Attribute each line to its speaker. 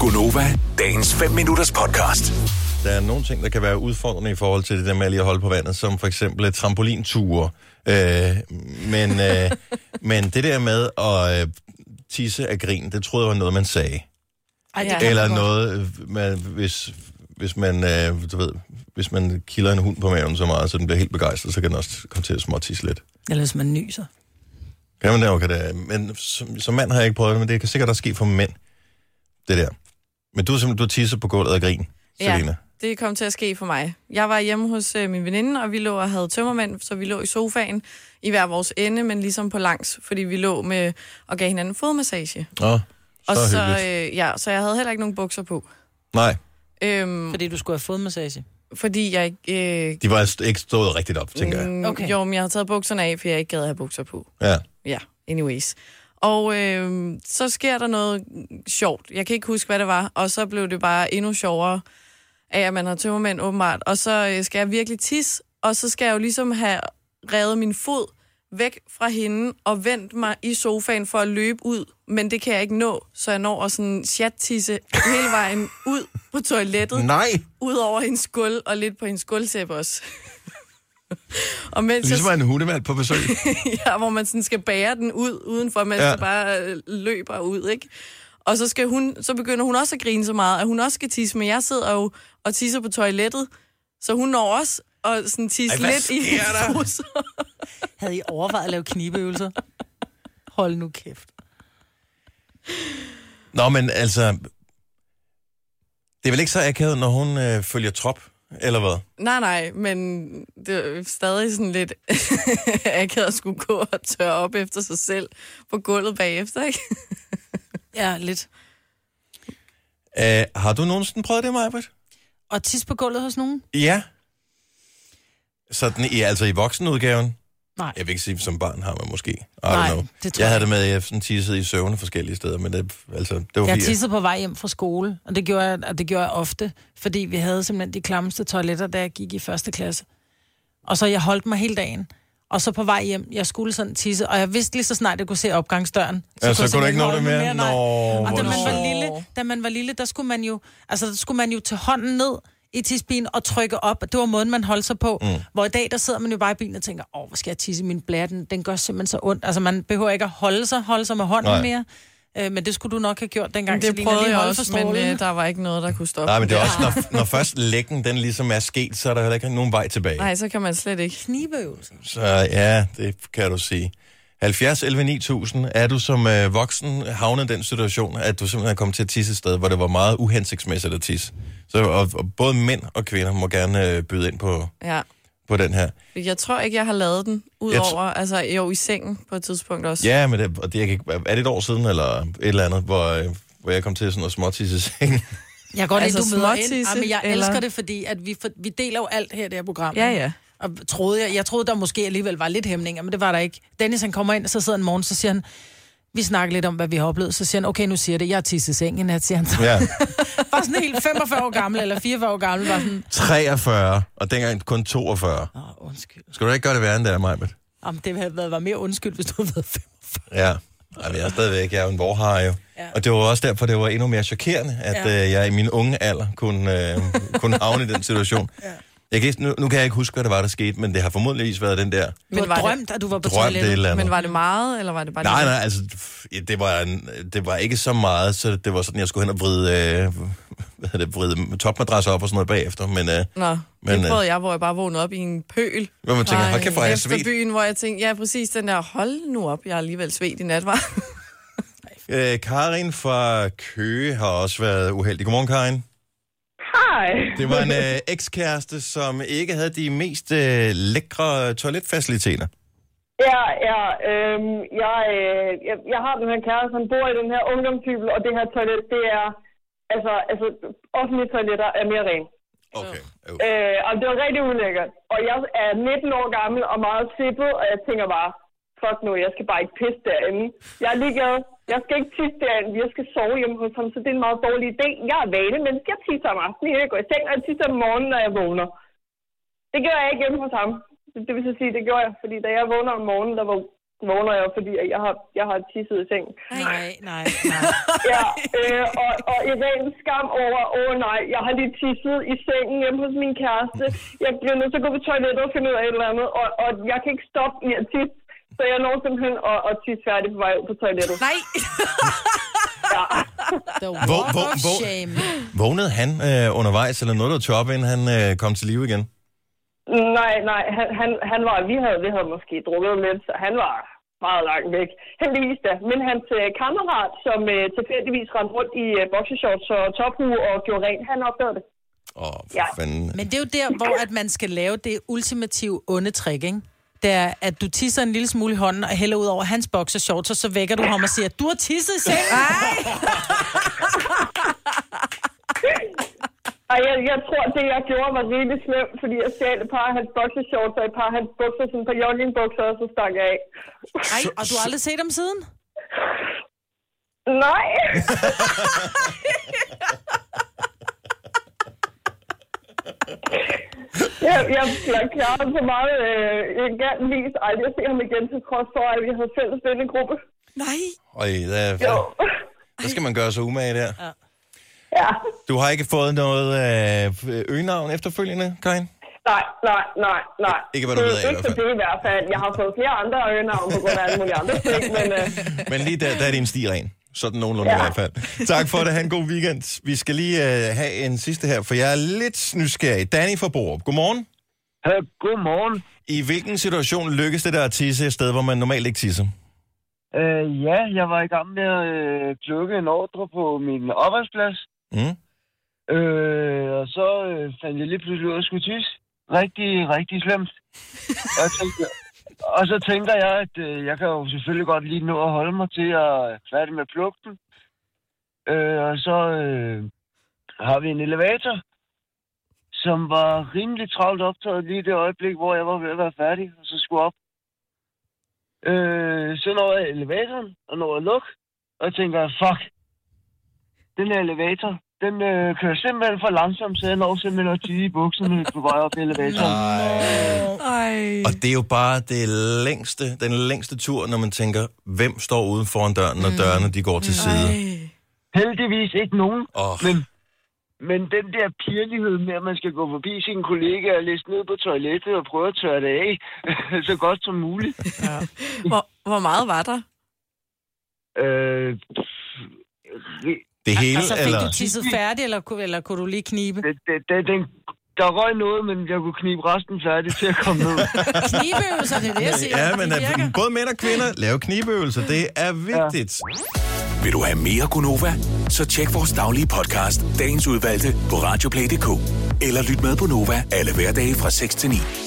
Speaker 1: Gunova, dagens 5 minutters podcast.
Speaker 2: Der er nogle ting, der kan være udfordrende i forhold til det der med lige at holde på vandet, som for eksempel øh, trampolinture. Øh, men, øh, men det der med at øh, tisse af grin, det troede jeg var noget, man sagde.
Speaker 3: Ej, det
Speaker 4: Ja.
Speaker 3: kan
Speaker 2: Eller
Speaker 3: man godt.
Speaker 2: noget, øh, man, hvis, hvis man, øh, du ved, hvis man kilder en hund på maven så meget, så den bliver helt begejstret, så kan den også komme til at småtisse lidt.
Speaker 3: Eller hvis man nyser.
Speaker 2: Kan man det, okay, det er- men som, som mand har jeg ikke prøvet det, men det kan sikkert også ske for mænd, det der. Men du er simpelthen, du har tisset på gulvet af grin,
Speaker 4: Ja.
Speaker 2: Selina.
Speaker 4: Det kom til at ske for mig. Jeg var hjemme hos øh, min veninde, og vi lå og havde tømmermænd, så vi lå i sofaen i hver vores ende, men ligesom på langs, fordi vi lå med og gav hinanden fodmassage.
Speaker 2: Åh, så,
Speaker 4: og så,
Speaker 2: hyggeligt.
Speaker 4: øh, ja, så jeg havde heller ikke nogen bukser på.
Speaker 2: Nej,
Speaker 4: Øhm,
Speaker 3: Fordi du skulle have fodmassage.
Speaker 4: fordi jeg ikke... Øh,
Speaker 2: de var altså ikke stået rigtigt op, tænker jeg.
Speaker 4: mm,
Speaker 3: Okay.
Speaker 4: Jo, men jeg havde taget bukserne af, for jeg ikke gad at have bukser på.
Speaker 2: Ja.
Speaker 4: Ja, anyways. Og øh, så sker der noget sjovt. Jeg kan ikke huske, hvad det var. Og så blev det bare endnu sjovere af, at man har tømmermænd åbenbart. Og så øh, skal jeg virkelig tisse, og så skal jeg jo ligesom have revet min fod væk fra hende og vendt mig i sofaen for at løbe ud. Men det kan jeg ikke nå, så jeg når at sådan chat-tisse hele vejen ud på toilettet
Speaker 2: Nej,
Speaker 4: ud over hendes gulv og lidt på hendes gulvtæppe også. og mens jeg,
Speaker 2: ligesom en hundevalg på besøg.
Speaker 4: ja, hvor man sådan skal bære den ud, udenfor, mens
Speaker 2: Ja.
Speaker 4: ja. bare øh, løber ud, ikke? Og så, skal hun, så begynder hun også at grine så meget, at hun også skal tisse, men jeg sidder jo og tisser på toilettet, så hun når også og sådan tisse
Speaker 2: hvad
Speaker 4: lidt i
Speaker 2: sker
Speaker 4: hendes
Speaker 2: der?
Speaker 4: trusser.
Speaker 3: Havde I overvejet at lave knibeøvelser? Hold nu kæft.
Speaker 2: Nå, men altså... Det er vel ikke så akavet, når hun øh, følger trop, eller hvad?
Speaker 4: Nej, nej, men det er jo stadig sådan lidt akavet at skulle gå og tørre op efter sig selv på gulvet bagefter, ikke?
Speaker 3: Ja, lidt.
Speaker 2: Æh, Øh, har du nogensinde prøvet det, Majbert?
Speaker 3: Og tis på gulvet hos nogen?
Speaker 2: Ja. Sådan i, altså i voksenudgaven?
Speaker 3: Nej.
Speaker 2: Jeg vil ikke sige, som barn har man måske. I don't
Speaker 3: Nej,
Speaker 2: know.
Speaker 3: det tror
Speaker 2: jeg
Speaker 3: jeg
Speaker 2: havde det med, at jeg sådan tissede i søvne forskellige steder, men det, altså, det var
Speaker 3: Jeg
Speaker 2: fordi...
Speaker 3: tissede på vej hjem fra skole, og det gjorde jeg, og det gjorde jeg ofte, fordi vi havde simpelthen de klammeste toiletter, da jeg gik i første klasse. Og så jeg holdt mig hele dagen. Og så på vej hjem, jeg skulle sådan tisse, og jeg vidste lige så snart, jeg kunne se opgangsdøren.
Speaker 2: Ja, så
Speaker 3: jeg
Speaker 2: kunne du ikke nå
Speaker 3: simpelthen
Speaker 2: det
Speaker 3: holde mig
Speaker 2: mere? Nå,
Speaker 3: nej. og
Speaker 2: hvor
Speaker 3: da
Speaker 2: er
Speaker 3: man,
Speaker 2: det
Speaker 3: var
Speaker 4: sødt.
Speaker 3: lille, da man var lille, der skulle man jo, altså, der skulle man jo tage hånden ned i tispinen og trykke op. Det var måden, man holdt sig på. Mm. Hvor i dag, der sidder man jo bare i bilen og tænker, åh, hvor skal jeg tisse i min blære? Den, den gør simpelthen så ondt. Altså, man behøver ikke at holde sig, holde sig med hånden
Speaker 2: Nej.
Speaker 3: nej. mere. Øh, men det skulle du nok have gjort dengang.
Speaker 4: Det
Speaker 3: Selina.
Speaker 4: prøvede
Speaker 3: Lige
Speaker 4: jeg
Speaker 3: holde
Speaker 4: også,
Speaker 3: for
Speaker 4: men
Speaker 3: strålen.
Speaker 4: øh, der var ikke noget, der kunne stoppe.
Speaker 2: Nej, men det er
Speaker 4: mig.
Speaker 2: også, når, når først lækken den ligesom er sket, så er der heller ikke nogen vej tilbage.
Speaker 4: Nej, så kan man slet ikke.
Speaker 3: Knibeøvelser.
Speaker 2: Så ja, det kan du sige. 70 11 9000, er du som øh, voksen havnet i den situation, at du simpelthen er kommet til at tisse et sted, hvor det var meget uhensigtsmæssigt at tisse? Så og, og både mænd og kvinder må gerne øh, byde ind på,
Speaker 4: Ja.
Speaker 2: på den her.
Speaker 4: Jeg tror ikke, jeg har lavet den,
Speaker 2: Jeg tr-
Speaker 4: udover, altså jo, i sengen på et tidspunkt også.
Speaker 2: Ja, men det, og det, jeg kan, ikke- er det et år siden, eller et eller andet, hvor, øh, hvor jeg kom til sådan at småtisse i sengen?
Speaker 3: Jeg kan godt
Speaker 4: Altså
Speaker 3: altså, lide, du møder ind.
Speaker 4: småtisse,
Speaker 3: Ej, men jeg
Speaker 4: eller-
Speaker 3: eller... elsker det, fordi at vi, for, vi deler jo alt her i det her program.
Speaker 4: Ja,
Speaker 3: ikke?
Speaker 4: ja.
Speaker 3: Og troede jeg, jeg troede, der måske alligevel var lidt hæmninger, men det var der ikke. Dennis, han kommer ind, og så sidder en morgen, så siger han, vi snakker lidt om, hvad vi har oplevet. Så siger han, okay, nu siger jeg det, jeg har tisset i sengen, her, siger han. Så
Speaker 2: Ja,
Speaker 3: var sådan helt 45 år gammel, eller 44 år gammel, var sådan,
Speaker 2: 43, og dengang kun 42.
Speaker 3: åh, undskyld.
Speaker 2: Skal du ikke gøre det værre end det er, Majbet?
Speaker 3: Jamen, det havde været, var mere undskyld, hvis du havde været 45.
Speaker 2: Ja, Ej, men jeg er stadigvæk, jeg er jo en vorhar jo. Ja.
Speaker 3: Ja.
Speaker 2: Og det var også derfor, det var endnu mere chokerende, at ja.
Speaker 3: Ja.
Speaker 2: øh, jeg i min unge alder kunne, øh, kunne havne i den situation. Ja. Jeg kan, ikke- nu, nu kan jeg ikke huske, hvad der var, der skete, men det har formodentligvis været den der
Speaker 3: Men du
Speaker 4: var
Speaker 3: har
Speaker 4: det-
Speaker 3: drømt, at du var på
Speaker 2: drøm, det
Speaker 3: toilettet.
Speaker 2: eller andet.
Speaker 4: Men var det meget, eller var det bare
Speaker 2: Nej,
Speaker 4: lidt?
Speaker 2: nej, altså, pff, ja, det var, en- det var ikke så meget, så det var sådan, jeg skulle hen og vride, øh, hvad hedder det, vride topmadrasser op og sådan noget bagefter, men øh,
Speaker 4: Nå,
Speaker 2: Men,
Speaker 4: men,
Speaker 2: øh,
Speaker 4: det prøvede jeg, hvor jeg bare vågnede op i en pøl.
Speaker 2: hvor man tænker,
Speaker 3: Nej,
Speaker 2: hold kæft, hvor er jeg
Speaker 4: efter
Speaker 2: svedt.
Speaker 4: byen, hvor jeg tænkte, ja, præcis den der, hold nu op, jeg er alligevel svedt i nat, var.
Speaker 2: Øh, Karin fra Køge har også været uheldig. Godmorgen, Karin.
Speaker 5: Hej.
Speaker 2: Det var en øh, ekskæreste, som ikke havde de mest øh, lækre toiletfaciliteter.
Speaker 5: Ja, ja, øhm, jeg, øh, jeg, jeg har den her kæreste, han bor i den her ungdomstype, og det her toilet, det er, altså, altså offentlige toiletter er mere rent.
Speaker 2: Okay. Øh.
Speaker 5: Øh, og det var rigtig ulækkert. Og jeg er 19 år gammel og meget sippet, og jeg tænker bare, fuck nu, jeg skal bare ikke pisse derinde. Jeg er ligeglad. Jeg skal ikke tisse derinde, jeg skal sove hjemme hos ham, så det er en meget dårlig idé. Jeg er vane, men jeg tisser om aftenen, inden jeg går i seng, og jeg tisser om morgenen, når jeg vågner. Det gjorde jeg ikke hjemme hos ham. Det vil så sige, det gjorde jeg, fordi da jeg vågner om morgenen, der var vågner jeg, fordi at jeg har, jeg har tisset i sengen.
Speaker 3: Nej, nej, nej.
Speaker 5: Ja, øh, og, og i ren skam over, åh oh, nej, jeg har lige tisset i sengen hjemme hos min kæreste. Jeg bliver nødt til at gå på toilettet og finde ud af et eller andet, og, og jeg kan ikke stoppe med at tisse. Så jeg når simpelthen at, at tisse færdig på vej ud på toilettet.
Speaker 4: Nej!
Speaker 5: Ja.
Speaker 3: The walk
Speaker 2: Hvor- hvor-
Speaker 3: of
Speaker 2: hvor-
Speaker 3: shame.
Speaker 2: Vågnede han øh, undervejs, eller nåede du at tørre op, inden han øh, kom til live igen?
Speaker 5: Nej, nej, han, han, han var, vi havde, vi havde måske drukket lidt, så han var meget langt væk. Heldigvis da. Men hans øh, kammerat, som øh, tilfældigvis rendte rundt i øh, boxershorts og tophue og gjorde rent, han opdagede det.
Speaker 2: Åh, oh, for ja.
Speaker 5: Ja.
Speaker 2: fanden.
Speaker 3: Men det er jo der, hvor at man skal lave det ultimative onde trick, ikke? Det er, at du tisser en lille smule i hånden og hælder ud over hans boxershorts, og så vækker du ham og siger, du har tisset i sengen.
Speaker 5: Og jeg, jeg tror, det jeg gjorde var rigtig slemt, fordi jeg stjal et par af hans boxershorts og et par af hans bukser, sådan et par joggingbukser, og så stak jeg af.
Speaker 3: Ej, og du har aldrig set ham siden?
Speaker 5: Nej! jeg, jeg blev klaret på meget øh, elegantvis. Ej, jeg ser ham igen til trods for, at vi havde fælles vennegruppe.
Speaker 4: Nej!
Speaker 2: Øj, der,
Speaker 5: Jo.
Speaker 2: der skal man gøre sig umage der.
Speaker 5: ja.
Speaker 2: Du har ikke fået noget øh, øgenavn efterfølgende, Karin?
Speaker 5: Nej, nej, nej, nej.
Speaker 2: Ikke hvad du
Speaker 5: Det er
Speaker 2: ved af, i
Speaker 5: Ikke
Speaker 2: hvert
Speaker 5: for
Speaker 2: fald.
Speaker 5: det i hvert fald. Jeg har fået flere andre øgenavn på grund af alle mulige andre ting, men... Øh,
Speaker 2: Men lige der, der er din sti ren. Sådan nogenlunde ja.
Speaker 5: Ja.
Speaker 2: i hvert fald. Tak for det. Ha' en god weekend. Vi skal lige øh, have en sidste her, for jeg er lidt nysgerrig. Danny fra Borup. Godmorgen.
Speaker 6: Øh, Godmorgen.
Speaker 2: I hvilken situation lykkes det der at tisse et sted, hvor man normalt ikke tisser?
Speaker 6: Øh, ja, jeg var i gang med at øh, plukke en ordre på min arbejdsplads.
Speaker 2: Mm?
Speaker 6: Øh, og så øh, fandt jeg lige pludselig ud af at jeg skulle tisse. Rigtig, rigtig slemt. Og, jeg tænkte, og så tænker jeg, at øh, jeg kan jo selvfølgelig godt lige nå at holde mig til at være færdig med plugten. Øh, og så øh, har vi en elevator, som var rimelig travlt optaget lige i det øjeblik, hvor jeg var ved at være færdig, og så skulle op. Øh, så når jeg elevatoren, og når jeg lukker, og jeg tænker, fuck, den her elevator, den øh, kører simpelthen for langsomt, så jeg når simpelthen at tige i bukserne på vej op i elevatoren.
Speaker 4: Ej.
Speaker 2: Og det er jo bare det længste, den længste tur, når man tænker, hvem står ude foran døren,
Speaker 3: Mm.
Speaker 2: når dørene de går til side.
Speaker 4: Ej.
Speaker 6: Heldigvis ikke nogen,
Speaker 2: Åh.
Speaker 6: men, men den der pirlighed med, at man skal gå forbi sine kollegaer og læse ned på toilettet og prøve at tørre det af så godt som muligt.
Speaker 4: Hvor, hvor meget var der?
Speaker 6: Øh, det,
Speaker 2: Det hele,
Speaker 3: Og så Altså, fik du
Speaker 2: eller...
Speaker 3: tisset færdig, eller, kunne- eller kunne du lige knibe?
Speaker 6: det, det, det, den, der røg noget, men jeg kunne knibe resten færdig til at komme ned.
Speaker 3: Knibeøvelser, det er det, jeg siger.
Speaker 2: Ja, men
Speaker 3: det virker.
Speaker 2: at, både mænd og kvinder laver knibeøvelser. Det er vigtigt.
Speaker 1: Vil du have mere Gunova? Så tjek vores daglige podcast, dagens udvalgte, på radioplay.dk. Eller lyt med på Nova alle hverdage fra 6 til 9.